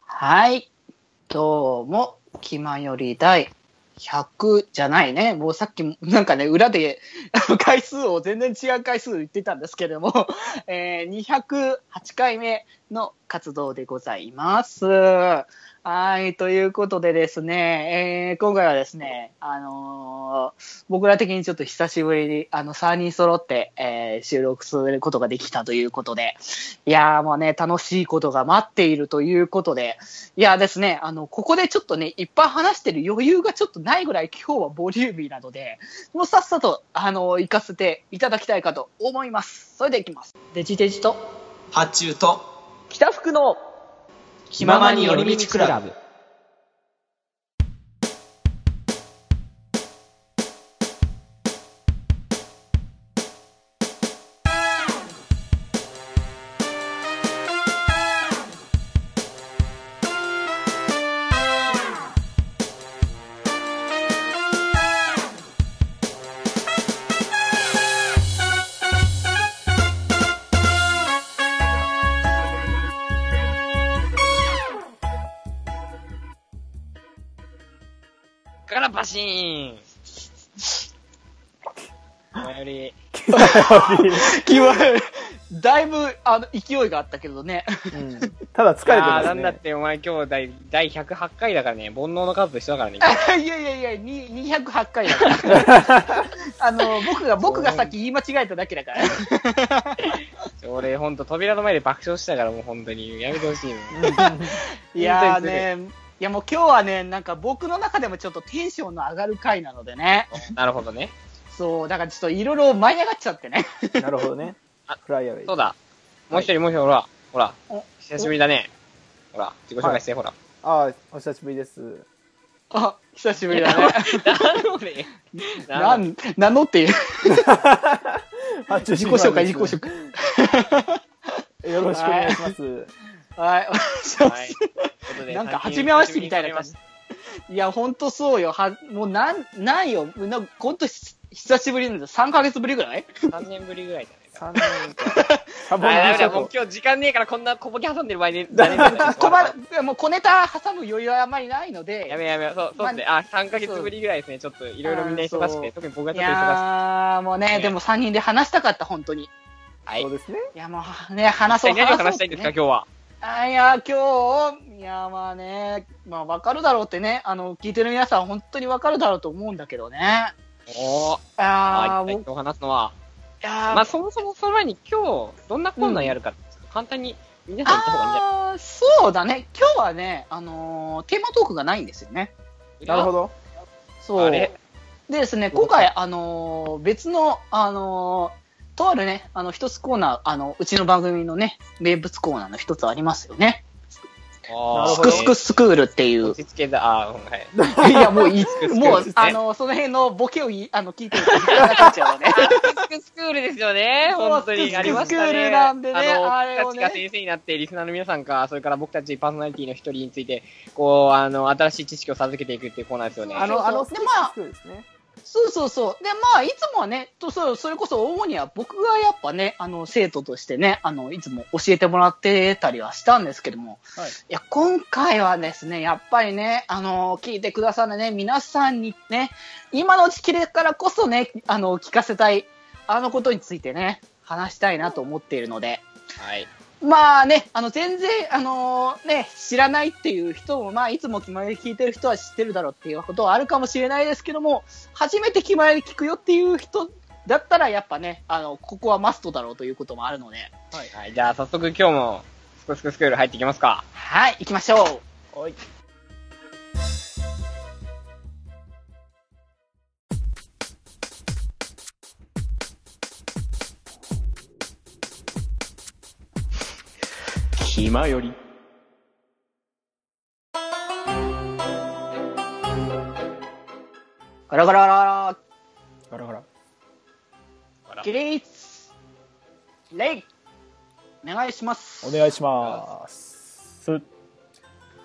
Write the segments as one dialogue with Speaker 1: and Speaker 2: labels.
Speaker 1: はい。どうも、気まより第100じゃないね。もうさっきも、なんかね、裏であの回数を全然違う回数言ってたんですけれども、 えー208回目の活動でございます。はい。ということでですね、えー今回はですね、あのー僕ら的にちょっと久しぶりに、あの、3人揃って、えー収録することができたということで、いやーもうね、楽しいことが待っているということで、いやーですね、あの、ここでちょっとね、いっぱい話してる余裕がちょっとないぐらい今日はボリューミーなので、もうさっさと、あの、行かせていただきたいかと思います。それで行きます。デジデジと、
Speaker 2: 発注と
Speaker 1: 北福の、
Speaker 2: 気ままに寄り道クラブからパシーン前より
Speaker 1: 気まより、だいぶ、あの、勢いがあったけどね。
Speaker 3: うんただ疲れて
Speaker 4: あ
Speaker 3: ま
Speaker 4: あ
Speaker 3: す
Speaker 4: なんだっ
Speaker 3: ね。
Speaker 4: てお前今日第第108回だからね、煩悩の数と一緒だか らね。
Speaker 1: いやいやいや、に208回だから。 あの、僕が、僕がさっき言い間違えただけだ から。
Speaker 4: 俺ほんと扉の前で爆笑したからもう本当にやめてほしいもん。
Speaker 1: いやーね、いやもう今日はね、なんか僕の中でもちょっとテンションの上がる回なのでね、
Speaker 4: なるほどね。
Speaker 1: そう、だからちょっといろいろ舞い上がっちゃってね。
Speaker 3: なるほどね
Speaker 4: あ。
Speaker 3: フライアウェイ。
Speaker 4: そうだ。もう一人、もう一人、ほら、ほら
Speaker 1: お、
Speaker 4: 久しぶりだね。ほら、自己紹介して、ほら。
Speaker 3: ああ、お久しぶりです。
Speaker 1: あ、久しぶりだね。
Speaker 4: なので、
Speaker 1: な
Speaker 4: の
Speaker 1: ん、名乗 っていう。
Speaker 3: あ、 自
Speaker 1: 自己紹介、自己紹介。
Speaker 3: 介。よろしくお願いし ます。
Speaker 1: はい。
Speaker 4: はい。ということで
Speaker 1: なんか、初め合わせみたいな感じ。いや、ほんとそうよ。は、もうなん、ないよ。なんかほんとひ久しぶりなんだ。3ヶ月ぶりぐらい
Speaker 4: 3年ぶりぐらいだね。
Speaker 3: 3年か。サ
Speaker 4: あ、
Speaker 3: ボン
Speaker 4: だめ
Speaker 3: デ
Speaker 4: だ、
Speaker 3: ィ
Speaker 4: もう今日時間ねえからこんな小ボケ挟んでる場合ね。
Speaker 1: 困る、もう小ネタ挟む余裕はあまりないので。
Speaker 4: やめやめ、そう、そうですね。あ、3ヶ月ぶりぐらいですね。ちょっといろいろみんな忙しくて、特に僕が
Speaker 1: い
Speaker 4: ちょっと忙しくて。
Speaker 1: やー、もうね、
Speaker 4: ね
Speaker 1: でも3人で話したかった、本当に。
Speaker 4: はい
Speaker 3: そう。ですね。
Speaker 1: いや、もうね、話そう、
Speaker 4: 何を
Speaker 1: 話そう
Speaker 4: 話したいんですか、今日は。
Speaker 1: あいや、今日、いや、まあね、まあ、わかるだろうってね、あの、聞いてる皆さん、本当にわかるだろうと思うんだけどね。
Speaker 4: おー。
Speaker 1: あ
Speaker 4: あ
Speaker 1: あ、
Speaker 4: ー、
Speaker 1: もう、い
Speaker 4: 今日話すのは。
Speaker 1: やー、
Speaker 4: まあ、そもそもその前に今日、どんなコーナーやるか、ちょっと簡単に皆さん言った方がいいんじゃない
Speaker 1: あーそうだね、今日はね、あのーテーマトークがないんですよね。
Speaker 3: なるほど。
Speaker 1: そう。
Speaker 4: あれ
Speaker 1: でですね、今回、あのー別の、あのーとあるね、あの、一つコーナー、あの、うちの番組のね、名物コーナーの一つありますよね。
Speaker 4: あー
Speaker 3: なる
Speaker 1: ス
Speaker 3: ほ
Speaker 1: ク
Speaker 3: ど
Speaker 1: スクスクールっていう
Speaker 4: 落。ち着けた、あー、うんはい。
Speaker 1: いや、もういい
Speaker 4: クスク、ス
Speaker 1: も
Speaker 4: です
Speaker 1: う
Speaker 4: ね、
Speaker 1: あの、その辺のボケをいあの聞いてると、なっちゃうのね。
Speaker 4: スクスクールですよね、
Speaker 1: そう
Speaker 4: 本当
Speaker 1: スクス
Speaker 4: に。
Speaker 1: ク
Speaker 4: ありましたね。
Speaker 1: スクールなんでね
Speaker 4: あの、
Speaker 1: あれを
Speaker 4: 僕
Speaker 1: ね
Speaker 4: たちが先生になって、リスナーの皆さんか、それから僕たちパーソナリティの一人について、こう、あの、新しい知識を授けていくっていうコーナーですよね。
Speaker 3: あの、あの、
Speaker 1: で
Speaker 3: ス
Speaker 1: まあ
Speaker 3: クですね。
Speaker 1: そうそうそう。で、まあ、いつもはね、とそうそれこそ主には僕がやっぱね、あの、生徒としてね、あの、いつも教えてもらってたりはしたんですけども、
Speaker 3: はい
Speaker 1: や、今回はですね、やっぱりね、あの、聞いてくださるね、皆さんにね、今の時期だからこそね、あの、聞かせたい、あのことについてね、話したいなと思っているので、
Speaker 4: はい。
Speaker 1: まあね、あの全然、あのね、知らないっていう人も、まあ、いつも気前で聞いてる人は知ってるだろうっていうことはあるかもしれないですけども、初めて気前で聞くよっていう人だったら、やっぱね、あの、ここはマストだろうということもあるので、
Speaker 4: はい。じゃあ、早速今日も、スクスクスクール入っていきますか。
Speaker 1: はい、行きましょ
Speaker 3: はい。
Speaker 2: 暇より
Speaker 1: う。ガラガラガラガ
Speaker 3: ガラガラ。
Speaker 1: ラ、起立、レイ、お願いします
Speaker 3: お。願いします。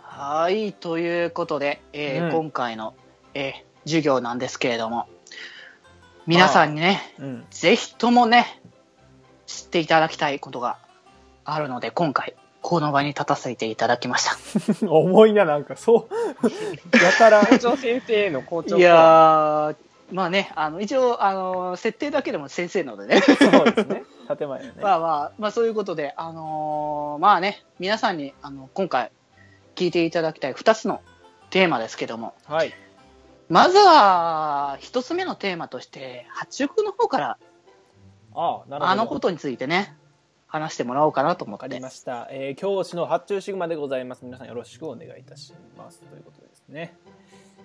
Speaker 1: はい、ということで、えー
Speaker 3: うん
Speaker 1: 今回の、えー授業なんですけれども、皆さんにね、
Speaker 3: うん。
Speaker 1: ぜひともね、知っていただきたいことがあるので、今回、この場に立たせていただきました。
Speaker 3: 重いな、なんか、そう。やたら、
Speaker 4: 校長先生の校長
Speaker 1: いやー、まあね、あの一応あの、設定だけでも先生なので ね、
Speaker 3: そうですね。建前 よね。
Speaker 1: まあまあ、まあ、そういうことで、あのーまあね、皆さんにあの今回、聞いていただきたい2つのテーマですけども、
Speaker 3: はい。
Speaker 1: まずは1つ目のテーマとして、八中の方から
Speaker 3: ああ、なるほど。
Speaker 1: あのことについてね、話してもらおうかなと思
Speaker 3: わ
Speaker 1: っ
Speaker 3: かり
Speaker 1: て
Speaker 3: ま。した。えー、教師の発注シグマでございます。皆さんよろしくお願いいたします。ということですね。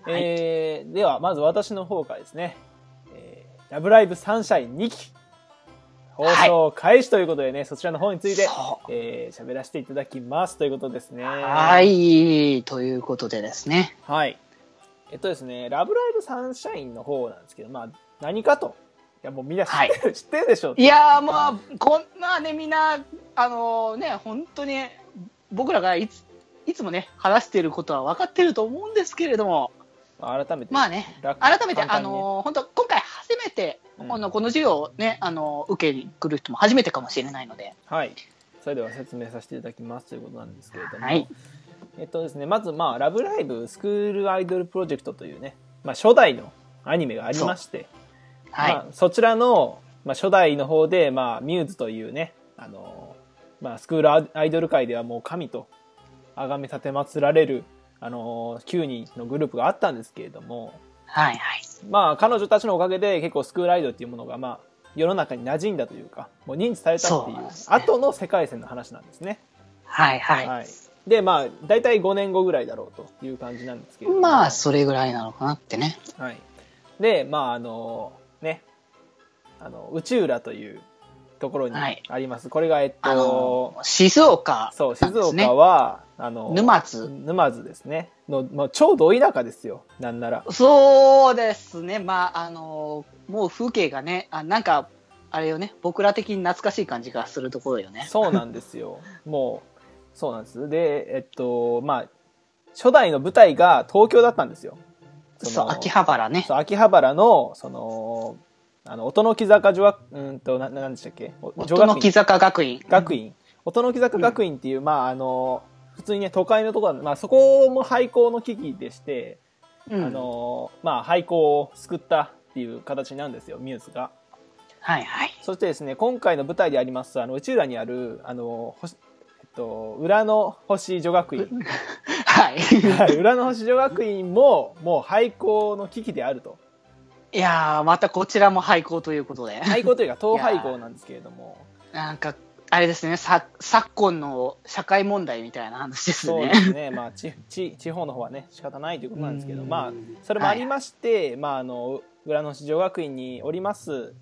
Speaker 1: はい
Speaker 3: えーでは、まず私の方からですね、えーラブライブサンシャイン2期、放送開始ということでね、そちらの方について、
Speaker 1: そ
Speaker 3: えー喋らせていただきますということですね。
Speaker 1: うはい、ということでですね。
Speaker 3: はい。えっとですね、ラブライブサンシャインの方なんですけど、まあ、何かと。いや、もうみんな知ってる、 知ってるでしょう。
Speaker 1: いやー、まあ、こんなね、みんな、あのね、本当に、僕らがいつ、いつもね、話していることは分かってると思うんですけれども、
Speaker 3: まあ改めて。
Speaker 1: まあね、
Speaker 3: 楽
Speaker 1: 改めて、
Speaker 3: 簡単
Speaker 1: あ
Speaker 3: にね
Speaker 1: の本当、今回初めて、
Speaker 3: うん
Speaker 1: このこの授業をね、あの受けに来る人も初めてかもしれないので、
Speaker 3: はい。それでは説明させていただきますということなんですけれども、
Speaker 1: はい
Speaker 3: えっとですね、まず、まあ、ラブライブスクールアイドルプロジェクトというね、まあ、初代のアニメがありまして、
Speaker 1: はい、
Speaker 3: まあ、そちらの、まあ、初代の方で、まあ、ミューズというね、あの、まあ、スクールアイドル界ではもう神と崇め立て祀られる、あの、9人のグループがあったんですけれども、
Speaker 1: はい、はい。
Speaker 3: まあ、彼女たちのおかげで結構スクールアイドルっていうものが、まあ、世の中に馴染んだというか、もう認知されたってい
Speaker 1: そう
Speaker 3: う
Speaker 1: ですね
Speaker 3: 後の世界線の話なんですね。
Speaker 1: はい、はい。
Speaker 3: はい、でまあ大体5年後ぐらいだろうという感じなんですけれども
Speaker 1: まあ、それぐらいなのかなってね。
Speaker 3: はい、でまああのねあの内浦というところに
Speaker 1: はい
Speaker 3: あります、これがえっと、
Speaker 1: あの静岡な
Speaker 3: そうん
Speaker 1: です、ね、
Speaker 3: 静岡は、あの
Speaker 1: 沼津
Speaker 3: 沼津ですねの、まあ、ちょうど田舎ですよなんなら
Speaker 1: そうですね、まあ、あのもう風景がね、あなんか、あれよね、僕ら的に懐かしい感じがするところよね。
Speaker 3: そうなんですよ もうそうなんですでえっとまあ初代の舞台が東京だったんですよ
Speaker 1: そう、
Speaker 3: の
Speaker 1: 秋葉原ね。
Speaker 3: そう秋葉原のそのあの音の木坂女学うんとななんでしたっけお女
Speaker 1: 音の木坂学院。
Speaker 3: 学院音の木坂学院っていう、まああの普通にね都会のところ、まあ、そこも廃校の危機でして、
Speaker 1: うん
Speaker 3: あのまあ廃校を救ったっていう形なんですよミューズが
Speaker 1: はいはい。
Speaker 3: そしてですね今回の舞台でありますあの宇宙裏にあるあの星えっと、裏の星女 学院、
Speaker 1: はい。
Speaker 3: はい、裏の星女学院ももう廃校の危機であると
Speaker 1: いやー、またこちらも廃校ということで。
Speaker 3: 廃校というか統廃校なんですけれども
Speaker 1: なんか、あれですね、さ昨今の社会問題みたいな話です
Speaker 3: そう
Speaker 1: ね
Speaker 3: で。すね、まあ、ちち地方の方はね仕方ないということなんですけど、
Speaker 1: うん
Speaker 3: まあ、それもありまして、まあ、あの浦野市女学院におります、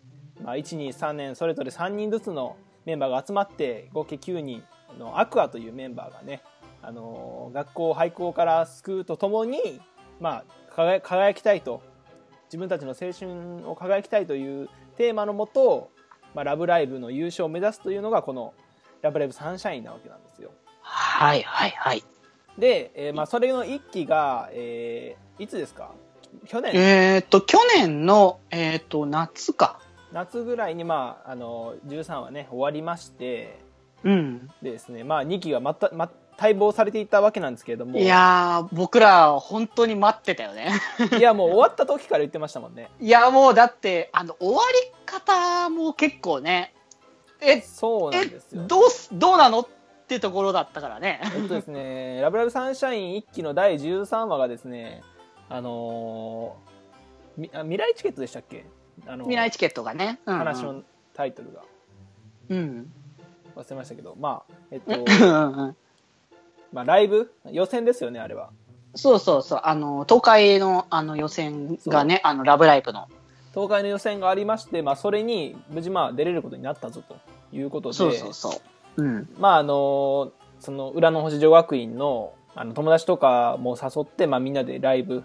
Speaker 3: まあ、123年それぞれ3人ずつのメンバーが集まって合計9人のアクアというメンバーがねあの学校を廃校から救うとともに、まあ、輝輝きたいと自分たちの青春を輝きたいというテーマのもと、まあ、ラブライブの優勝を目指すというのがこの「ラブライブサンシャイン」なわけなんですよ。
Speaker 1: はいはいはい。
Speaker 3: で、えーまあ、それの一期が、えーいつですか去年
Speaker 1: えっと、去年の、えっと、夏か。
Speaker 3: 夏ぐらいに、まあ、あの13話ね終わりまして
Speaker 1: うん。
Speaker 3: でですね、まあ、2期がまた、ま、待望されていたわけなんですけれども
Speaker 1: いやー、僕ら、本当に待ってたよね。
Speaker 3: いやもう終わった時から言ってましたもんね
Speaker 1: いや、もう、だって、あの、終わり方も結構ね、え、
Speaker 3: そうなん
Speaker 1: え
Speaker 3: で、すよ
Speaker 1: どうす、どうなのってところだったからね。
Speaker 3: えっとですね「ラブライブサンシャイン」1期の第13話がですねあのーみあ未来チケットでしたっけあのー
Speaker 1: 未来チケットがね。うんうん
Speaker 3: 話のタイトルが
Speaker 1: うん。
Speaker 3: 忘れましたけどまあえっと、
Speaker 1: うんうん
Speaker 3: まあ、ライブ予選ですよねあれは
Speaker 1: そうそうそう、あの、東海のあの予選がね、あの、ラブライブの。
Speaker 3: 東海の予選がありまして、まあ、それに無事まあ出れることになったぞということで、
Speaker 1: そうそうそう。うん。
Speaker 3: まああのその裏の星女学院のあの友達とかも誘って、まあ、みんなでライブ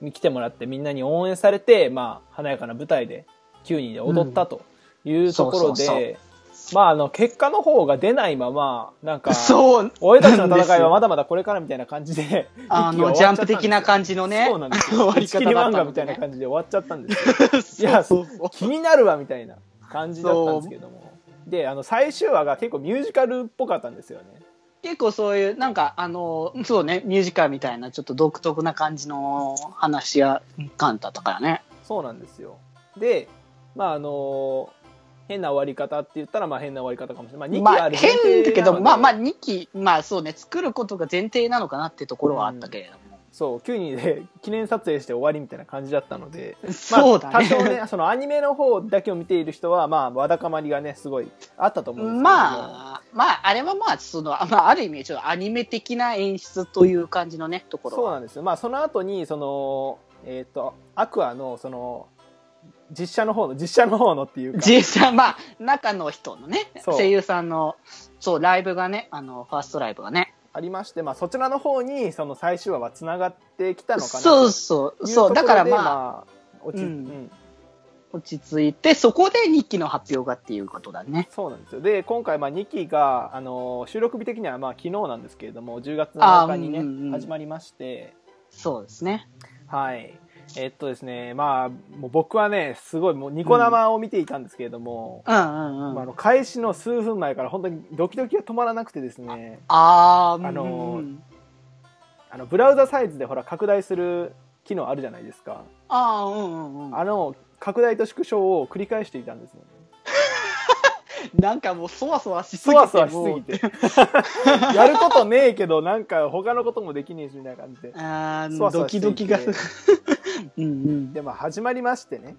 Speaker 3: に来てもらってみんなに応援されて、まあ、華やかな舞台で9人で踊ったというところで、
Speaker 1: そうそう
Speaker 3: まああの結果の方が出ないままなんか
Speaker 1: そう、
Speaker 3: 俺たちの戦い
Speaker 1: な
Speaker 3: は
Speaker 1: ん
Speaker 3: まだまだこれからみたいな感じで
Speaker 1: あ
Speaker 3: 一気に終わ
Speaker 1: の、
Speaker 3: っ
Speaker 1: ジ
Speaker 3: ちゃ
Speaker 1: ャ
Speaker 3: っ
Speaker 1: ン
Speaker 3: た
Speaker 1: プ
Speaker 3: んです
Speaker 1: 的
Speaker 3: よ
Speaker 1: な感じのね、
Speaker 3: そうなんで す
Speaker 1: 終
Speaker 3: よ
Speaker 1: わり
Speaker 3: 打ち切
Speaker 1: 方
Speaker 3: り
Speaker 1: だ
Speaker 3: 漫
Speaker 1: ったの
Speaker 3: 画み
Speaker 1: で
Speaker 3: たい
Speaker 1: ね。
Speaker 3: な感 じで終わっちゃったんですよ
Speaker 1: い
Speaker 3: いや
Speaker 1: そうそう。
Speaker 3: 気になるわみたいな感じだったんですけどもであの最終話が結構ミュージカルっぽかったんですよね
Speaker 1: 結構そういう、なんか、あの、そうね、ミュージカルみたいな、ちょっと独特な感じの話しや感だったからね。
Speaker 3: そうなんですよでまああの変な終わり方って言ったらまあ変な終わり方かもしれない、
Speaker 1: ま
Speaker 3: まあ、2期あ
Speaker 1: あ、
Speaker 3: る前提
Speaker 1: 変だけ
Speaker 3: なの
Speaker 1: ど、
Speaker 3: で
Speaker 1: まあまあ、2期、まあそうね、作ることが前提なのかなってところはあったけれども。
Speaker 3: そう9人で記念撮影して終わりみたいな感じだったので、まあ、
Speaker 1: そうだ
Speaker 3: 多少
Speaker 1: ね。
Speaker 3: ねそのアニメの方だけを見ている人はまあわだかまりがねすごいあったと思うんですけども
Speaker 1: まあ、まあ、あれはまあ、その、まあ、ある意味、ちょっとアニメ的な演出という感じのね、ところ
Speaker 3: そう
Speaker 1: は。
Speaker 3: なんですよまあその後にそのえっ、とアクアのその実写の方の実写の方のっていうか
Speaker 1: 実際、まあ、中の人のね、
Speaker 3: そう
Speaker 1: 声優さんの、そう、ライブがね、あの、ファーストライブがね。
Speaker 3: ありまして、まあ、そちらの方にその最終話はつながってきたのかな
Speaker 1: そうそう、
Speaker 3: とい
Speaker 1: そう、だから
Speaker 3: ところで
Speaker 1: まあ、
Speaker 3: あ落ち、
Speaker 1: うん
Speaker 3: うん
Speaker 1: 落ち着いて、そこで2期の発表がっていうことだね。
Speaker 3: そうなんですよで今回まあ2期が、あの収録日的にはまあ昨日なんですけれども10月7日にね、
Speaker 1: あーうんうんうん
Speaker 3: 始まりまして
Speaker 1: そうですね。
Speaker 3: はいえっとですねまあもう僕はねすごいもうニコ生を見ていたんですけれども、
Speaker 1: うんうんう
Speaker 3: まあ、あ
Speaker 1: ん。
Speaker 3: の開始の数分前から本当にドキドキが止まらなくてですね
Speaker 1: あー、
Speaker 3: あのー
Speaker 1: うん
Speaker 3: あのブラウザサイズでほら拡大する機能あるじゃないですか
Speaker 1: あー、うんうんうん。
Speaker 3: あの拡大と縮小を繰り返していたんですよね
Speaker 1: なんかもう、そわそわしす
Speaker 3: そ
Speaker 1: ぎて。
Speaker 3: わそわしすぎて やることねえけどなんか他のこともできねえしみたいな感じで
Speaker 1: あ
Speaker 3: そわ
Speaker 1: ー、
Speaker 3: そ
Speaker 1: ド
Speaker 3: わし
Speaker 1: キ
Speaker 3: ていて
Speaker 1: ドキがすごい。 うん
Speaker 3: でまあ始まりましてね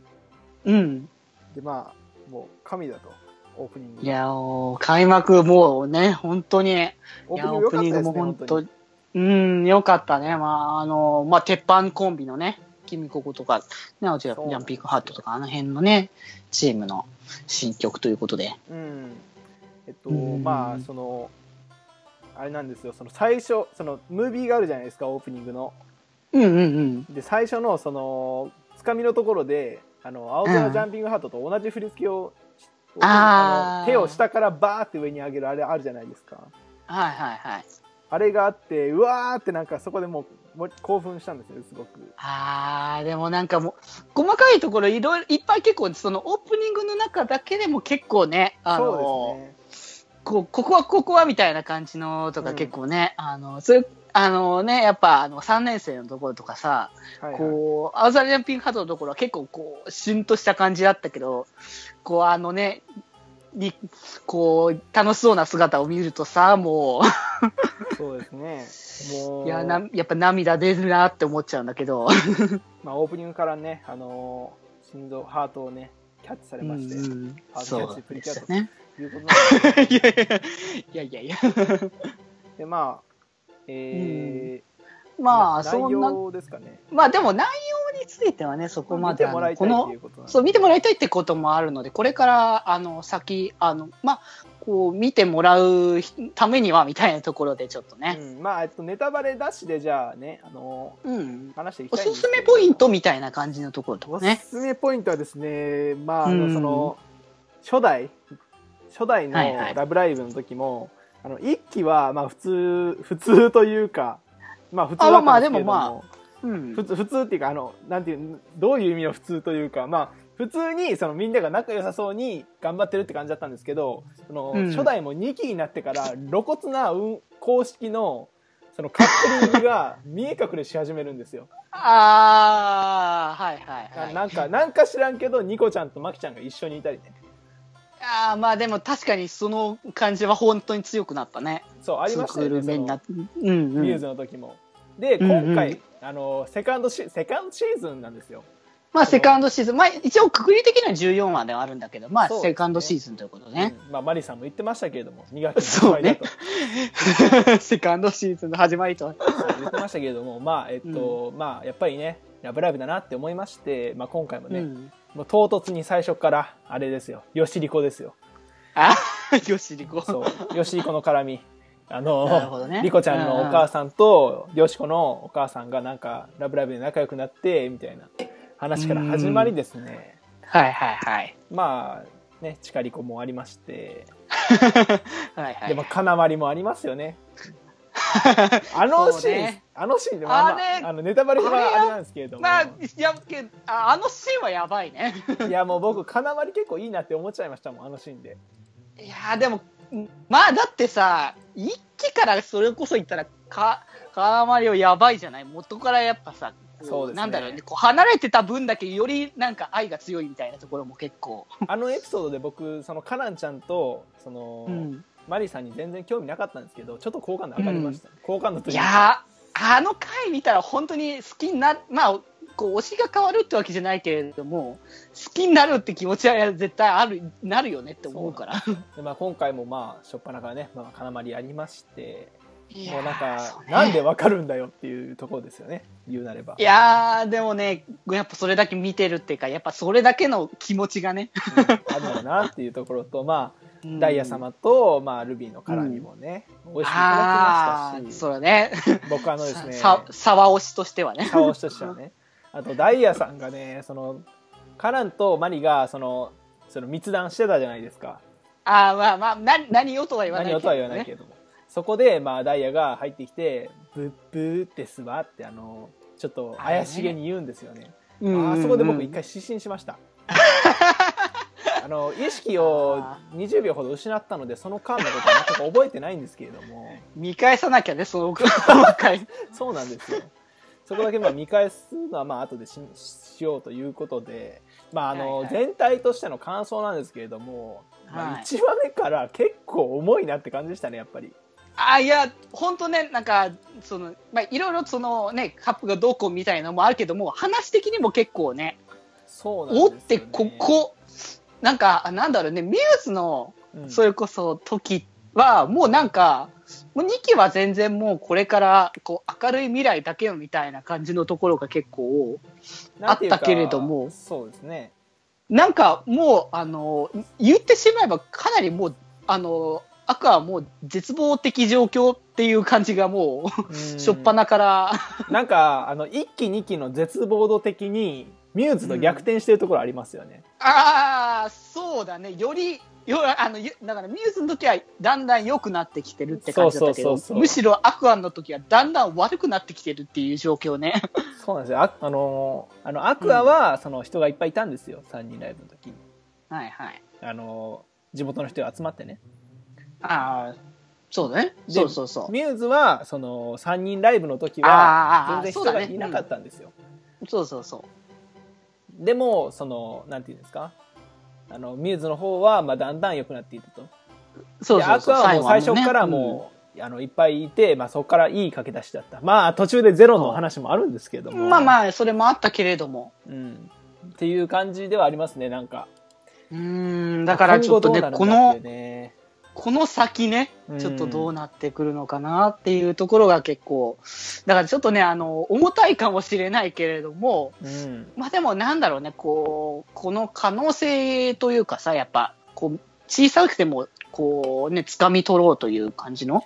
Speaker 1: うん。うん。
Speaker 3: でまあもう神だとオープニング
Speaker 1: いやー、開幕もうね、本当に。
Speaker 3: オ
Speaker 1: い
Speaker 3: ープ
Speaker 1: や
Speaker 3: ニン
Speaker 1: オー
Speaker 3: グ良か
Speaker 1: プニング
Speaker 3: ったですね
Speaker 1: も本
Speaker 3: 本当
Speaker 1: 当
Speaker 3: に
Speaker 1: うん、よかったね。まあ、あの、まあ、鉄板コンビのね、君こことか、ね、あとジ
Speaker 3: そうなんですよ
Speaker 1: ャンピングハットとか、あの辺のね、チームの新曲ということで。
Speaker 3: うんえっと
Speaker 1: うん
Speaker 3: まあそのあれなんですよその最初そのムービーがあるじゃないですかオープニングの
Speaker 1: うんうんうん。
Speaker 3: で最初のそのつかみのところであの青空ジャンピングハートと同じ振り付けを、あ
Speaker 1: あー
Speaker 3: の手を下からバーって上に上げるあれあるじゃないですか
Speaker 1: はいはいはい。
Speaker 3: あれがあってうわーってなんかそこでもうもう興奮したんですよすごく
Speaker 1: あー、でもなんかもう、細かいところいろいろ、いっぱい結構、そのオープニングの中だけでも結構ね、あの、
Speaker 3: そうですね
Speaker 1: こうここはここはみたいな感じのと
Speaker 3: う
Speaker 1: か
Speaker 3: ん
Speaker 1: 結構ね、あの、そういう、あのね、やっぱあの3年生のところとかさ、
Speaker 3: はいはい
Speaker 1: こう、アウザリアンピンクハートのところは結構こう、しゅんとした感じだったけど、こう、あのね、にこう、楽しそうな姿を見るとさ、も
Speaker 3: そうですねも
Speaker 1: う、
Speaker 3: う
Speaker 1: いや、なやっぱ涙出るなって思っちゃうんだけど、
Speaker 3: まあ、オープニングからねあのー心臓ハートをねキャッチされ
Speaker 1: うんう
Speaker 3: まして、
Speaker 1: ん
Speaker 3: あ
Speaker 1: そうですよね。
Speaker 3: いうことなんですけど
Speaker 1: いや いやいやいや、
Speaker 3: でまあえー
Speaker 1: まあ、
Speaker 3: 内
Speaker 1: そんな、
Speaker 3: 容ですかね
Speaker 1: まあでも内容についてはね、そこま
Speaker 3: 見
Speaker 1: で、
Speaker 3: て
Speaker 1: あ
Speaker 3: もら
Speaker 1: の
Speaker 3: いた
Speaker 1: こ
Speaker 3: い
Speaker 1: の
Speaker 3: ということなんです
Speaker 1: そう、見てもらいたいってこともあるので、これから、あの、先、あの、まあ、こう、見てもらうためには、みたいなところで、ちょっとね。
Speaker 3: うん、まあ、えっと、ネタバレなしで、じゃあね、あの
Speaker 1: うん。
Speaker 3: 話していき
Speaker 1: お
Speaker 3: たいん
Speaker 1: す
Speaker 3: ですけ
Speaker 1: す
Speaker 3: ど
Speaker 1: めポイントみたいな感じのところと
Speaker 3: お
Speaker 1: か
Speaker 3: す
Speaker 1: ね。
Speaker 3: すめポイントはですね、まあ、あ
Speaker 1: う
Speaker 3: の、
Speaker 1: ん
Speaker 3: その、初代、初代の
Speaker 1: はいはい
Speaker 3: ラブライブの時も、あの、一期は、まあ、普通、普通というか、まあ、普通だったんですけれども、
Speaker 1: あまあまあでもうん。
Speaker 3: 普通、普通っていうか、あの、なんていう、どういう意味の普通というか、まあ、普通に、その、みんなが仲良さそうに頑張ってるって感じだったんですけど、その、
Speaker 1: うん
Speaker 3: 初代も2期になってから、露骨な、うん、公式の、そのカップリングが 見え隠れし始めるんですよ。
Speaker 1: あー、はい
Speaker 3: な
Speaker 1: はいはい。
Speaker 3: なんか、なんか知らんけど、ニコちゃんとマキちゃんが一緒にいたりね。
Speaker 1: あー、まあでも確かにその感じは本当に強くなったね。
Speaker 3: そう、ありましたよ
Speaker 1: 強く
Speaker 3: ね。
Speaker 1: ルメにな
Speaker 3: そ
Speaker 1: っうん
Speaker 3: の
Speaker 1: う
Speaker 3: ミューズ
Speaker 1: ん。
Speaker 3: の時も。で、
Speaker 1: うんうん
Speaker 3: 今回、あの、セカンドシ、セカンドシーズンなんですよ。
Speaker 1: まあセカンドシーズン。まあ一応くくり的には14話ではあるんだけど、まあ
Speaker 3: そうですね
Speaker 1: セカンドシーズンということね。
Speaker 3: うんまあ、マリさんも言ってましたけれども、2学期
Speaker 1: そ
Speaker 3: の
Speaker 1: う
Speaker 3: いだ
Speaker 1: ね
Speaker 3: と。
Speaker 1: セカンドシーズンの始まりとは。
Speaker 3: 言ってましたけれども、まあ、えっと、まあ、やっぱりね、ラブライブだなって思いまして、まあ、今回もね、
Speaker 1: うん。
Speaker 3: もう唐突に最初から、あれですよ、ヨシリコですよ。
Speaker 1: あー、よしりこ。
Speaker 3: そう、ヨシリコの絡み。
Speaker 1: な
Speaker 3: あ
Speaker 1: るほ
Speaker 3: の、
Speaker 1: どね
Speaker 3: リコちゃんのお母さんと、ヨシコのお母さんがなんか、ラブライブで仲良くなって、みたいな話から始まりですね。
Speaker 1: はいはいはい。
Speaker 3: まあ、ね、チカリコもありまして、
Speaker 1: はいはい。
Speaker 3: でも、金割りもあります よね。あのシ
Speaker 1: そう
Speaker 3: ーン、
Speaker 1: ね
Speaker 3: あのシーンでも、
Speaker 1: あれ
Speaker 3: まあ、あのネタバレはあれなんですけれども。
Speaker 1: まあ、いやけどああのシーンはやばいね。
Speaker 3: いやもう僕金割り結構いいなって思っちゃいましたもんあのシーンで
Speaker 1: いやーでも、まあだってさ、一期からそれこそ言ったら、か、川マリオやばいじゃない元からやっぱさ、こ
Speaker 3: そうですね
Speaker 1: なんだろうね、こう離れてた分だけよりなんか愛が強いみたいなところも結構。
Speaker 3: あのエピソードで僕そのカナンちゃんとその、
Speaker 1: うん、
Speaker 3: マリーさんに全然興味なかったんですけどちょっと好感度上がりました、好感度と
Speaker 1: い
Speaker 3: いうか
Speaker 1: やー、あの回見たら本当に好きにな、まあ、こう推しが変わるってわけじゃないけれども、好きになるって気持ちは絶対ある、なるよねって思うから。
Speaker 3: でまあ、今回もまあ初っ端からね、まあ、カナマリありまして
Speaker 1: いや
Speaker 3: もうなん
Speaker 1: ー
Speaker 3: か
Speaker 1: そう、ね
Speaker 3: なんでわかるんだよっていうところですよね言うなれば
Speaker 1: いやー、でもね、やっぱそれだけ見てるっていうか、やっぱそれだけの気持ちがね、
Speaker 3: うんあるのかなっていうところと、まあ、ダイヤ様と、まあ、ルビーの絡みもね、美味しくいた
Speaker 1: あ
Speaker 3: だ
Speaker 1: ー
Speaker 3: きましたし
Speaker 1: そうだね。
Speaker 3: 僕あのですね
Speaker 1: さ沢推しとしてはね。
Speaker 3: 顔しとして はねあとダイヤさんがねそのカランとマリがそのその密談してたじゃないですか
Speaker 1: ああ、まあまあ、な何をとは言わない
Speaker 3: 何
Speaker 1: けど、ね。
Speaker 3: をとは言わないけどもそこで、まあ、ダイヤが入ってきて「ブッブーってすわ」ってあのちょっと怪しげに言うんですよね
Speaker 1: う
Speaker 3: あ
Speaker 1: んうんうん
Speaker 3: ーそこで僕一。回失神しました あの意識を20秒ほど失ったのでその間のことは全く覚えてないんですけれども
Speaker 1: 見返さなきゃね、その 奥の回。
Speaker 3: そうなんですよそこだけまあ見返すのはまあ後でししようということで、まああの
Speaker 1: はいはい
Speaker 3: 全体としての感想なんですけれども、ま
Speaker 1: は
Speaker 3: あ、
Speaker 1: い
Speaker 3: 1話目から結構重いなって感じでしたねやっぱり。
Speaker 1: ああ、いや、本当ね、なんか、その、まあ、いろいろそのね、カップがどうこうみたいなのもあるけども、話的にも結構ね、
Speaker 3: そうなんです
Speaker 1: お
Speaker 3: よ、
Speaker 1: っ
Speaker 3: ね、
Speaker 1: てこ、こ、なんか、あなんだろうね、ミューズの
Speaker 3: うん
Speaker 1: それこそ時はもうなんかもう2期は全然もうこれからこう明るい未来だけよみたいな感じのところが結構
Speaker 3: なんていうか
Speaker 1: あったけれども
Speaker 3: そうですね
Speaker 1: なんかもうあの言ってしまえばかなりもうあのアクアはもう絶望的状況っていう感じがもう初っ
Speaker 3: な
Speaker 1: 端から
Speaker 3: なんかあの1期2期の絶望度的にミューズと逆転してるところありますよね、
Speaker 1: ああそうだねよりよあのゆだからミューズの時はだんだん良くなってきてるって感じだったけ
Speaker 3: そう
Speaker 1: ど
Speaker 3: そうそうそう
Speaker 1: むしろアクアの時はだんだん悪くなってきてるっていう状況ね。
Speaker 3: そうなんですよああのあのアクアはその人がいっぱいいたんですよ3人ライブの時に
Speaker 1: はいはい。
Speaker 3: あの地元の人が集まってね
Speaker 1: ああ、そうだね。
Speaker 3: で
Speaker 1: そうそうそう。
Speaker 3: ミューズはその3人ライブの時
Speaker 1: あーあーあー
Speaker 3: は全然人がいなかったんですよ、
Speaker 1: そうそうそう。
Speaker 3: でもそのなんていうんですかあのミューズの方はまあだんだん良くなっていったと
Speaker 1: そう
Speaker 3: で
Speaker 1: そう
Speaker 3: ア
Speaker 1: そう。
Speaker 3: クアはもう最初
Speaker 1: ね
Speaker 3: からもう、あのいっぱいいて、まあ、そこからいい駆け出しだったまあ途中でゼロの話もあるんですけど
Speaker 1: う
Speaker 3: も
Speaker 1: んまあまあ、それもあったけれども。
Speaker 3: うん、っていう感じではありますねなんか
Speaker 1: うーん、だからちょっとね、
Speaker 3: 今後
Speaker 1: こ
Speaker 3: どうなる
Speaker 1: の
Speaker 3: んだて、いうね
Speaker 1: この先ね
Speaker 3: うん、
Speaker 1: ちょっとどうなってくるのかなっていうところが結構、だからちょっとね、あの、重たいかもしれないけれども、
Speaker 3: うん
Speaker 1: まあでもなんだろうね、こう、この可能性というかさ、やっぱ、こう、小さくても、こうね、掴み取ろうという感じの、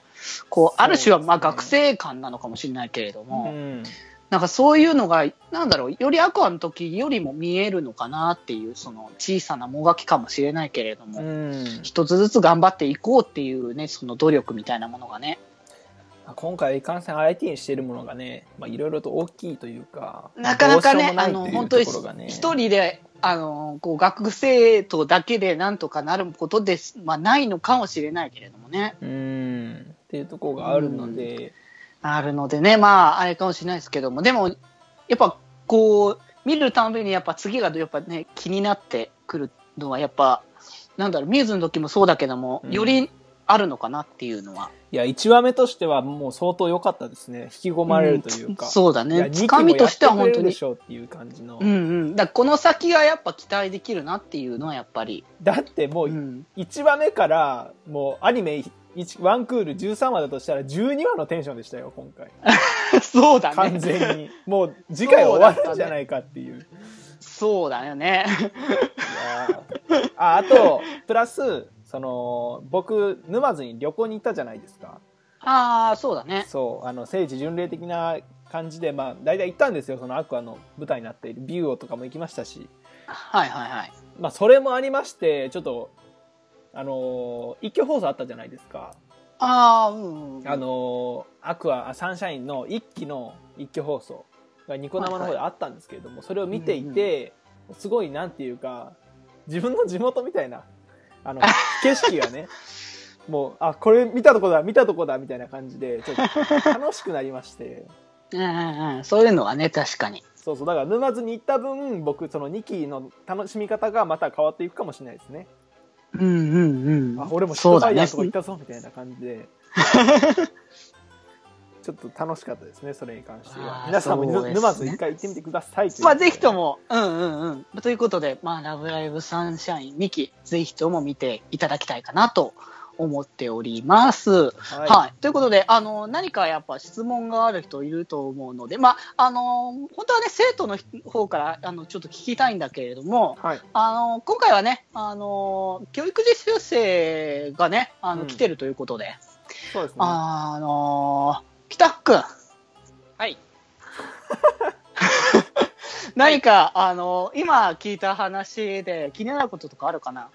Speaker 1: こう、ある種はまあ
Speaker 3: そうで
Speaker 1: 学
Speaker 3: すね
Speaker 1: 生感なのかもしれないけれども、
Speaker 3: うん
Speaker 1: なんかそういうのが、なんだろう、よりアクアの時よりも見えるのかなっていう、その小さなもがきかもしれないけれども、
Speaker 3: うん
Speaker 1: 一つずつ頑張っていこうっていうね、その努力みたいなものがね。
Speaker 3: 今回いかんせん IT にしているものがねまあいろいろと大きいというか
Speaker 1: なかなかね、
Speaker 3: どう
Speaker 1: あ
Speaker 3: しようも
Speaker 1: の、
Speaker 3: ない
Speaker 1: 本
Speaker 3: と
Speaker 1: 当
Speaker 3: いう
Speaker 1: に
Speaker 3: ところがね
Speaker 1: 一人で、あの、こう、学生とだけでなんとかなることです、まあ、ないのかもしれないけれどもね。
Speaker 3: うんっていうところがあるので、
Speaker 1: あるのでね、まあ、あれかもしれないですけども、でも、やっぱ、こう、見るたんびに、やっぱ次が、やっぱね、気になってくるのは、やっぱ、なんだろう、ミューズの時もそうだけども、
Speaker 3: うん
Speaker 1: よりあるのかなっていうのは。
Speaker 3: いや1話目としてはもう相当良かったですね引き込まれるというか、
Speaker 1: んそうだ
Speaker 3: いや
Speaker 1: ね。
Speaker 3: 2
Speaker 1: つ
Speaker 3: 期
Speaker 1: か
Speaker 3: も
Speaker 1: みとしては
Speaker 3: やっ
Speaker 1: 本
Speaker 3: て
Speaker 1: 当
Speaker 3: くれるで
Speaker 1: に
Speaker 3: し。ょうっていう感じの、
Speaker 1: うんうん。だからこの先がやっぱ期待できるなっていうのは、やっぱり。
Speaker 3: だっても
Speaker 1: う。
Speaker 3: うん1話目からもうアニメ1ワンクール13話だとしたら12話のテンションでしたよ今回
Speaker 1: そうだね。
Speaker 3: 完 全にもう次回終わるんじゃないかっていう
Speaker 1: そうだよね。
Speaker 3: いやーああとプラスその僕沼津に旅行に行ったじゃないですか
Speaker 1: ああ、そうだね。
Speaker 3: そうあの聖地巡礼的な感じでまあ大体行ったんですよそのアクアの舞台になっているビューオとかも行きましたし
Speaker 1: はいはいはい。
Speaker 3: まあそれもありましてちょっとあのー一挙放送あったじゃないですか
Speaker 1: ああ、うん、うん。
Speaker 3: あのーアクアあサンシャインの一期の一挙放送がニコ生の方であったんですけれども、それを見ていて、すごいなんていうか自分の地元みたいなあの景色が ねもうあこれ見たとこだ見たとこだみたいな感じでちょっと楽しくなりまして
Speaker 1: うんうんうん。そういうのはね、確かに。
Speaker 3: そうそうだから沼津に行った分僕その2期の楽しみ方がまた変わっていくかもしれないですね
Speaker 1: うんうんうん。
Speaker 3: あ俺も
Speaker 1: そ
Speaker 3: 人
Speaker 1: うだ
Speaker 3: サイヤ
Speaker 1: ね
Speaker 3: ー。とか行ったぞみたいな感じ でちょっと楽しかったですねそれに関しては
Speaker 1: あー
Speaker 3: 皆さんも
Speaker 1: そうですね
Speaker 3: 沼津一回行ってみてくださいいう
Speaker 1: まあ、ぜひとも、うんうんうん。ということで、まあ、ラブライブサンシャイン2期、ぜひとも見ていただきたいかなと思っております。
Speaker 3: は、
Speaker 1: はいい、ということで、あの、何かやっぱ質問がある人いると思うので、まあ、あの、本当はね、生徒の方から、あの、ちょっと聞きたいんだけれども、
Speaker 3: はい
Speaker 1: あの、今回はね、あの、教育実習生がね、あの、
Speaker 3: うん
Speaker 1: 来てるということで、
Speaker 3: そうですね
Speaker 1: あの、北福君。
Speaker 4: はい。
Speaker 1: 何か、あの、今聞いた話で気になることとかあるかな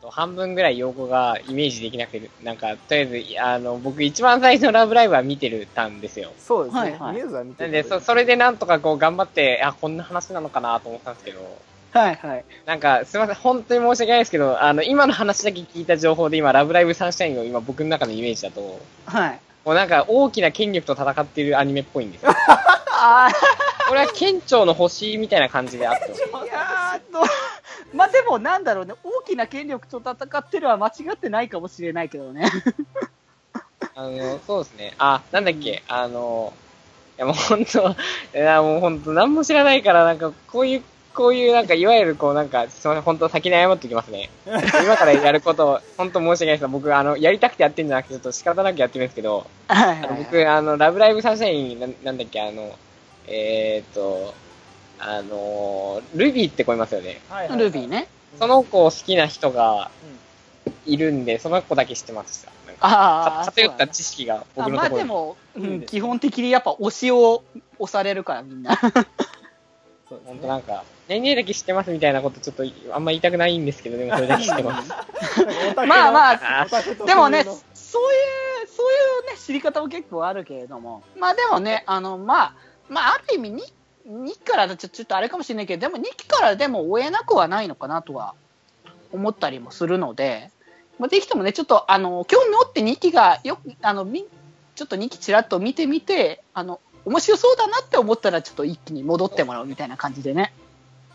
Speaker 4: と半分ぐらい用語がイメージできなくて、なんか、とりあえずい、あの、僕一番最初のラブライブは見てるたんですよ。
Speaker 3: そうですね、
Speaker 1: はいはい
Speaker 3: 宮津は見て
Speaker 4: なん
Speaker 3: る
Speaker 4: で、そ、それでなんとかこう頑張って、あ、こんな話なのかなと思ったんですけど、
Speaker 1: はいはい。
Speaker 4: なんか、すいません、本当に申し訳ないですけど、あの、今の話だけ聞いた情報で、今、ラブライブサンシャインを今僕の中のイメージだと、も
Speaker 1: はい。
Speaker 4: うなんか大きな権力と戦っているアニメっぽいんですよ。
Speaker 1: あ
Speaker 4: これは県庁の星みたいな感じであってます。
Speaker 1: ーいやーと、 まあでもなんだろうね、大きな権力と戦ってるは間違ってないかもしれないけどね。
Speaker 4: あの、そうですね。あ、なんだっけ、あの、いやもう本当、い やもう本当、何も知らないから、なんか、こういう、こういう、なんか、いわゆる、こう、なんか、すいません、本当、先に謝っておきます ね。今からやること、本当申し訳ないです。僕、あの、やりたくてやってんじゃなくて、ちょっと仕方なくやってるんですけど、
Speaker 1: はいはい
Speaker 4: あの
Speaker 1: はい。
Speaker 4: 僕、あの、ラブライブサンシャイン、なんなんだっけ、あの、えーっと、あの、ルビーって子いますよね。
Speaker 3: はいはいはい
Speaker 1: ルビーね。
Speaker 4: その子を好きな人がいるんで、その子だけ知ってました。なんか
Speaker 1: ああ、
Speaker 4: 偏っ
Speaker 1: そうだ
Speaker 4: た
Speaker 1: ね
Speaker 4: 知識が
Speaker 1: あ
Speaker 4: 僕の
Speaker 1: ま
Speaker 4: と
Speaker 1: あ
Speaker 4: ころ
Speaker 1: で
Speaker 4: に。
Speaker 1: も、う
Speaker 3: いい
Speaker 1: ん、
Speaker 3: です
Speaker 1: 基本的にやっぱ推しを押されるからみんな。
Speaker 3: そうです
Speaker 4: 本
Speaker 3: ね
Speaker 4: 当なんか、年齢だけ知ってますみたいなことちょっとあんま言いたくないんですけど、でもそれだけ知っ てます。
Speaker 1: まあまあ
Speaker 4: あ
Speaker 3: オタクと
Speaker 1: でもね、
Speaker 3: 普通
Speaker 1: そうい
Speaker 3: の
Speaker 1: う、そういうね、知り方も結構あるけれども、まあでもね、あの、まあ、まあ、ある意味に、2期からだとちょちょっとあれかもしれないけど、でも2期からでも追えなくはないのかなとは思ったりもするので、まあ、ぜひともね、ちょっと、あの、興味持って2期がよく、あの、みちょっと2期ちらっと見てみて、あの、面白そうだなって思ったら、ちょっと一気に戻ってもらうみたいな感じでね。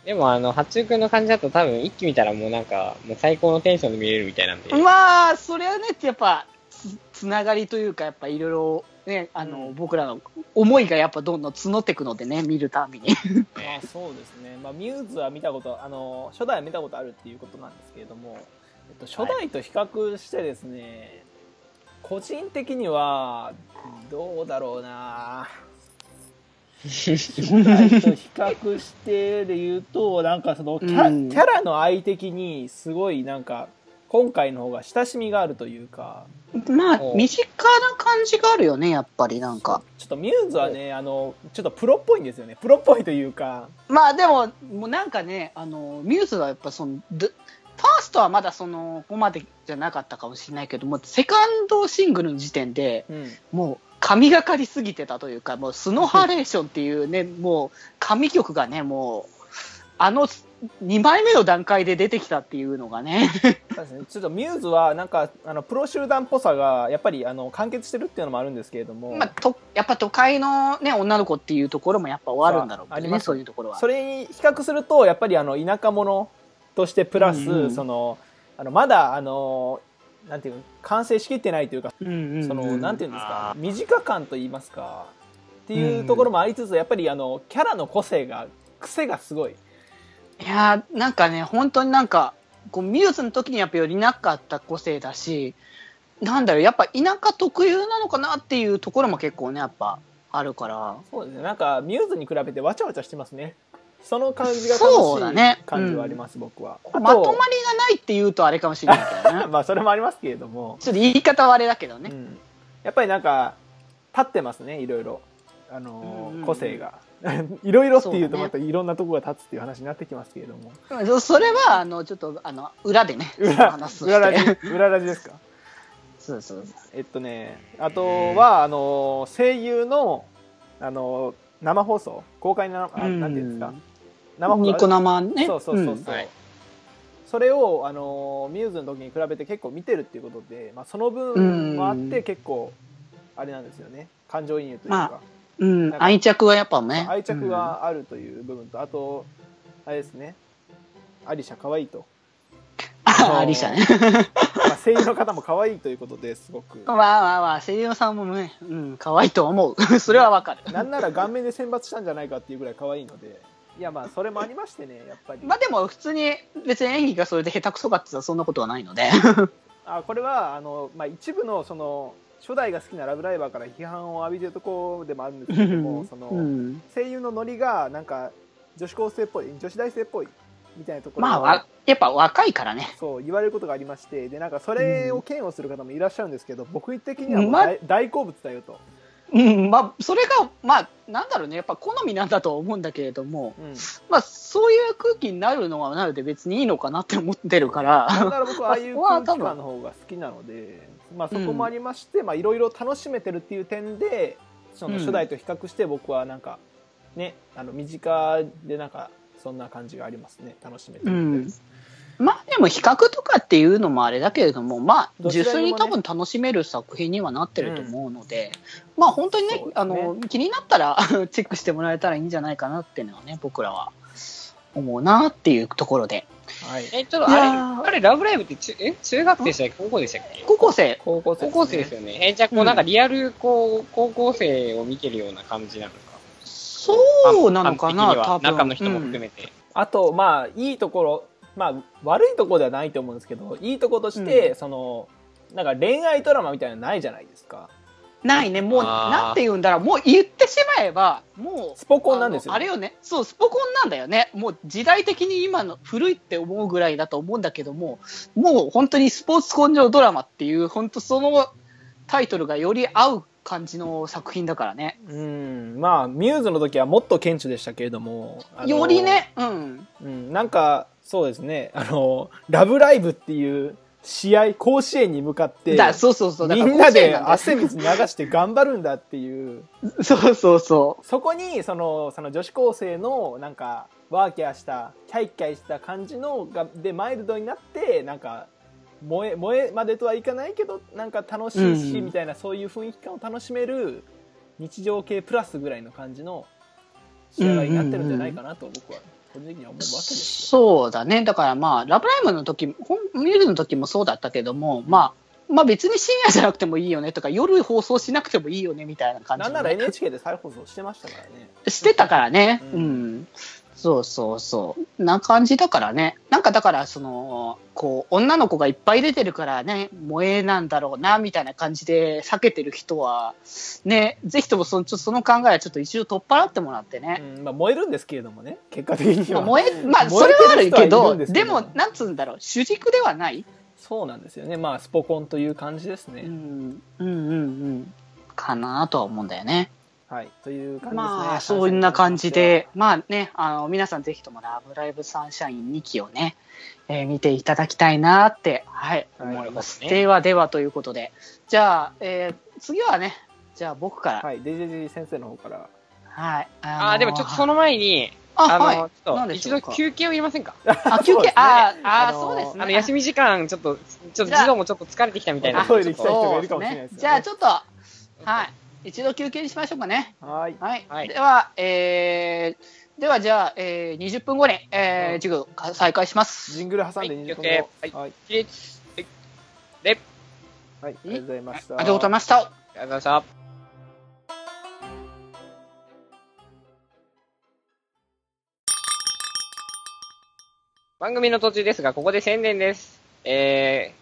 Speaker 4: でもあの、八中くんの感じだと多分一気見たらもうなんか、もう最高のテンションで見れるみたいなんで。
Speaker 1: まあ、それはね、やっぱつ、つながりというか、やっぱいろいろ、ね、あの、
Speaker 3: うん
Speaker 1: 僕らの思いがやっぱどんどん募っていくのでね、見るたびに。
Speaker 3: まあそうですね、まあ、ミューズは見たことあの初代は見たことあるっていうことなんですけれども、えっと、初代と比較してですね、個人的にはどうだろうな初代と比較してで言うとなんかそのキャ,、
Speaker 1: うん
Speaker 3: キャラの愛的にすごいなんか今回の方が親しみがあるというか
Speaker 1: まあ
Speaker 4: お、
Speaker 1: 身近な感じがあるよね、やっぱりなんか。
Speaker 3: ちょっとミューズはねあのちょっとプロっぽいんですよねプロっぽいというか
Speaker 1: まあでも、もうなんかね、あの、ミューズはやっぱその、どファーストはまだその、ここまでじゃなかったかもしれないけども、セカンドシングルの時点で、
Speaker 3: うん
Speaker 1: もう、神がかりすぎてたというか、もう、スノハレーションっていう ね、もう、神曲がね、もう、あの、2枚目の段階で出てきたっていうのがね。
Speaker 3: そうですね、ちょっとミューズはなんかあのプロ集団っぽさがやっぱりあの完結してるっていうのもあるんですけれど も、
Speaker 1: まあ、と、やっぱ都会のね、女の子っていうところもやっぱあるんだろうけ
Speaker 3: あり
Speaker 1: ど
Speaker 3: ま
Speaker 1: ね、
Speaker 3: す
Speaker 1: そういうところは。
Speaker 3: それに比較するとやっぱりあの田舎者としてプラス、
Speaker 1: うんうん
Speaker 3: そのあのまだあのなんていうの完成しきってないというか、
Speaker 1: うんうん
Speaker 3: そのなんていうんですか短感と言いますかってい
Speaker 1: んう
Speaker 3: うんところもありつつやっぱりあのキャラの個性が癖がすごい。
Speaker 1: いやーなんかね、本当になんか、こうミューズの時にやっぱよりなかった個性だし、なんだろう、やっぱ田舎特有なのかなっていうところも結構ね、やっぱあるから。
Speaker 3: そうですね。なんかミューズに比べてわちゃわちゃしてますね。その感じが
Speaker 1: そうだ
Speaker 3: 楽し
Speaker 1: ね
Speaker 3: い感じはあります、僕は。あと
Speaker 1: まとまりがないっていうとあれかもしれないけどね。
Speaker 3: まあそれもありますけれども、
Speaker 1: ちょっと言い方はあれだけどね
Speaker 3: う。ん、やっぱりなんか立ってますねいろいろ、あの
Speaker 1: うん
Speaker 3: ー
Speaker 1: うんうん
Speaker 3: 個性が いろいろっていう
Speaker 1: そう
Speaker 3: と
Speaker 1: だね
Speaker 3: またいろんなとこが立つっていう話になってきますけれども
Speaker 1: そそれは、あの、ちょっと、あの、裏でね、
Speaker 3: 裏
Speaker 1: 話す
Speaker 3: 裏ラ
Speaker 1: とし
Speaker 3: ジ
Speaker 1: て。
Speaker 3: 裏ラジですか
Speaker 1: そうそうそう。
Speaker 3: えっとねあとはあのー声優の、あのー生放送公開なあなんていうんですか生放送
Speaker 1: ニコ生ね。
Speaker 3: そうそうそうそう、
Speaker 4: はい
Speaker 3: それを、あのーミューズの時に比べて結構見てるっていうことで、まあ、その分もあって結構あれなんですよね感情移入というか、
Speaker 1: まうん、愛着はやっぱね。
Speaker 3: 愛着があるという部分と、あとあれですねアリシャ可愛いと、
Speaker 1: うん。あ、ありしたね。
Speaker 3: まあ、声優の方も可愛いということですごく
Speaker 1: わあわあわあ、声優さんもね、うん、可愛いと思う。 それはわかる。
Speaker 3: なんなら顔面で選抜したんじゃないかっていうぐらい可愛いのでいやまあそれもありましてねやっぱり、
Speaker 1: まあでも普通に別に演技がそれで下手くそかって言ったらそんなことはないので。
Speaker 3: あこれはあの、まあ、一部のその初代が好きな「ラブライバー」から批判を浴びてるところでもあるんですけれどもその、
Speaker 1: うん、
Speaker 3: 声優のノリがなんか女子高生っぽい女子大生っぽいみたいなところ
Speaker 1: まあ
Speaker 3: を
Speaker 1: わ、やっぱ若いからね。
Speaker 3: そう言われることがありましてでなんかそれを嫌悪する方もいらっしゃるんですけど、僕的にはもう
Speaker 1: ま
Speaker 3: 大,、大好物だよと、
Speaker 1: うん、まあ、それが、まあ、なんだろうね、やっぱ好みなんだとは思うんだけれども、
Speaker 3: うん、
Speaker 1: まあ、そういう空気になるのはなるで別にいいのかなって思ってるから。
Speaker 3: だから僕はああいう
Speaker 1: まあ
Speaker 3: 空
Speaker 1: そこは多分
Speaker 3: 気感の方が好きなので、まあ、そこもありましてまあいろいろ楽しめてるっていう点でその
Speaker 1: うん
Speaker 3: 初代と比較して僕はなんかねあの身近でなんかそんな感じがありますね楽しめてるみたいです、
Speaker 1: まあでも比較とかっていうのもあれだけれども、ま
Speaker 3: ど
Speaker 1: あ
Speaker 3: ちら
Speaker 1: 純
Speaker 3: にもね
Speaker 1: 粋に多分楽しめる作品にはなってると思うので、まあ本当にね
Speaker 3: そうですね
Speaker 1: あの気になったら チェックしてもらえたらいいんじゃないかなっていうのはね僕らは思うなっていうところで
Speaker 3: はい、
Speaker 4: え、ちょっと
Speaker 1: い
Speaker 4: あ
Speaker 1: や
Speaker 4: れ、
Speaker 1: ー
Speaker 4: あれ、ラブライブって中、え、中学生でしたっけ高校でしたっけ
Speaker 1: 高校生
Speaker 3: 高校生
Speaker 4: 高校生ですよね。え、じゃあ、こ
Speaker 1: う
Speaker 4: う、
Speaker 1: ん
Speaker 4: なんかリアル、こう、高校生を見てるような感じなのか。
Speaker 1: そうなのか
Speaker 4: あ
Speaker 1: な
Speaker 4: 的には
Speaker 1: 多分
Speaker 4: 中の人も含めて。
Speaker 3: あとまあいいところまあ悪いところではないと思うんですけどいいところとして、
Speaker 1: う
Speaker 3: そのなんか恋愛ドラマみたいなのないじゃないですか
Speaker 1: ないねもう
Speaker 4: あー
Speaker 1: なんて言うんだろうもう言ってしまえばもう
Speaker 3: スポコンなんですよ
Speaker 1: あのあれよねそうスポコンなんだよねもう時代的に今の古いって思うぐらいだと思うんだけどももう本当にスポーツ根性ドラマっていう本当そのタイトルがより合う感じの作品だからね
Speaker 3: うんまあミューズの時はもっと顕著でしたけれどもあの
Speaker 1: よりねうん
Speaker 3: うん、なんかそうですねあの「ラブライブ!」っていう試合甲子園に向かって
Speaker 1: だそうそうそうだか
Speaker 3: み
Speaker 1: ら
Speaker 3: んなで
Speaker 1: 甲子
Speaker 3: 汗
Speaker 1: 園
Speaker 3: 水流して頑張るんだっていう
Speaker 1: なんだよ そうそうそ
Speaker 3: そこにそのその女子高生のなんかワーキャーしたキャイキャイした感じのがでマイルドになってなんか萌え萌えまでとはいかないけどなんか楽しいし、
Speaker 1: うん
Speaker 3: みたいなそういう雰囲気感を楽しめる日常系プラスぐらいの感じの仕上がりになってるんじゃないかなと僕は個人的には思うわけ
Speaker 1: う
Speaker 3: ですよ。
Speaker 1: そうだねだからまあ「ラブライブ!」の時本ミューズの時もそうだったけどもまあまあ別に深夜じゃなくてもいいよねとか夜放送しなくてもいいよねみたいな感じ
Speaker 3: な
Speaker 1: の
Speaker 3: ん
Speaker 1: ね
Speaker 3: なら NHK で再放送してましたからね。
Speaker 1: してたからね、
Speaker 3: う
Speaker 1: うんん、そうそうそう、な感じだからね、なんかだから、その、こう、女の子がいっぱい出てるからね、萌えなんだろうな、みたいな感じで避けてる人は、ね、ぜひともそのちょっとその考えはちょっと一度取っ払ってもらってね。
Speaker 3: うんまあ、燃えるんですけれどもね結果的に
Speaker 1: ま
Speaker 3: は
Speaker 1: あ、萌え、まあ、そ
Speaker 3: 燃
Speaker 1: れはあ
Speaker 3: えて
Speaker 1: る
Speaker 3: る人はい
Speaker 1: けど、
Speaker 3: るんですけ
Speaker 1: で
Speaker 3: ど
Speaker 1: も、なんつうんだろう、主軸ではない、
Speaker 3: そうなんですよねまあスポコンという感じですね。
Speaker 1: うん、うん、うん、うん、かなとは思うんだよね。
Speaker 3: はい、という感じですね。
Speaker 1: まあ、そんな感じで、まあね、あの、皆さんぜひともラブライブサンシャイン2期をね、えー見ていただきたいなって、はい、
Speaker 3: はい
Speaker 1: 思います。
Speaker 4: なるほどね
Speaker 1: ではではということで、じゃあ、えー次はね、じゃあ僕から、はい、
Speaker 3: はい、デジェジ先生の方から。
Speaker 1: あのー
Speaker 4: あー、でもちょっとその前に、
Speaker 1: あ、
Speaker 4: あ
Speaker 1: はい
Speaker 4: の、、ちょっ
Speaker 1: 何
Speaker 4: と、
Speaker 1: でし
Speaker 4: 一
Speaker 1: ょう
Speaker 4: 度
Speaker 1: か
Speaker 4: 休憩を入れませんか
Speaker 1: あ、休
Speaker 3: そうで
Speaker 1: 憩
Speaker 3: すね、
Speaker 1: あー、あ
Speaker 3: あ
Speaker 1: ー、
Speaker 3: のー
Speaker 1: そうですね。
Speaker 4: あの、休み時間、ちょっと、ちょっと児童もちょっと疲れてきたみたいな
Speaker 3: あ
Speaker 4: んで。
Speaker 3: トイレ行きたい人がいるか
Speaker 1: そう
Speaker 3: もしれ
Speaker 1: で
Speaker 3: ない
Speaker 1: す
Speaker 3: で
Speaker 1: ね。
Speaker 3: すよね
Speaker 1: じゃあちょっと、はい、一度休憩にしましょうかね。
Speaker 3: はい。
Speaker 1: はい。
Speaker 4: はい
Speaker 1: では、えー、ではじゃあ、えー、20分後に、えー、授業か再開します。
Speaker 3: ジングル挟ん
Speaker 4: は
Speaker 3: で
Speaker 4: い
Speaker 3: 20分
Speaker 4: 休
Speaker 3: 後。
Speaker 4: 憩
Speaker 3: はい。
Speaker 4: 起立はいで、
Speaker 3: はい、ありがとうございました。
Speaker 1: ありがとうございました。
Speaker 4: ありがとうございました。番組の途中ですが、ここで宣伝です。え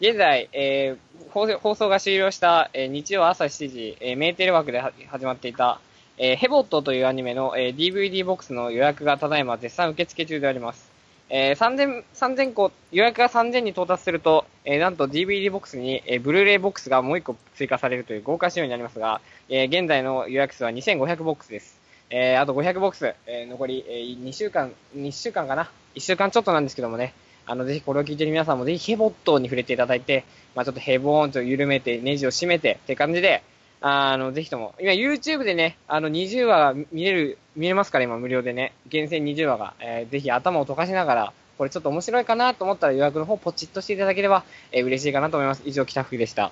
Speaker 4: ー、現在、えー放送、放送が終了した、えー日曜朝7時、えーメーテレ枠では始まっていた、えーヘボットというアニメの、えー DVD ボックスの予約がただいま絶賛受付中であります。えー、3000、3000個、予約が3000に到達すると、えーなんと DVD ボックスに、えーブルーレイボックスがもう1個追加されるという豪華仕様になりますが、えー現在の予約数は2500ボックスです。えーあと500ボックス、えー残り、え2週間、2週間かな ?1 週間ちょっとなんですけどもね、あの、ぜひこれを聞いてる皆さんもぜひヘボットに触れていただいて、まあちょっとヘボーンと緩めて、ネジを締めてって感じで、あの、ぜひとも、今 YouTube でね、あの20話が見れる、見れますから今無料でね、厳選20話が、えーぜひ頭を溶かしながら、これちょっと面白いかなと思ったら予約の方ポチッとしていただければ、えー嬉しいかなと思います。以上、北福でした。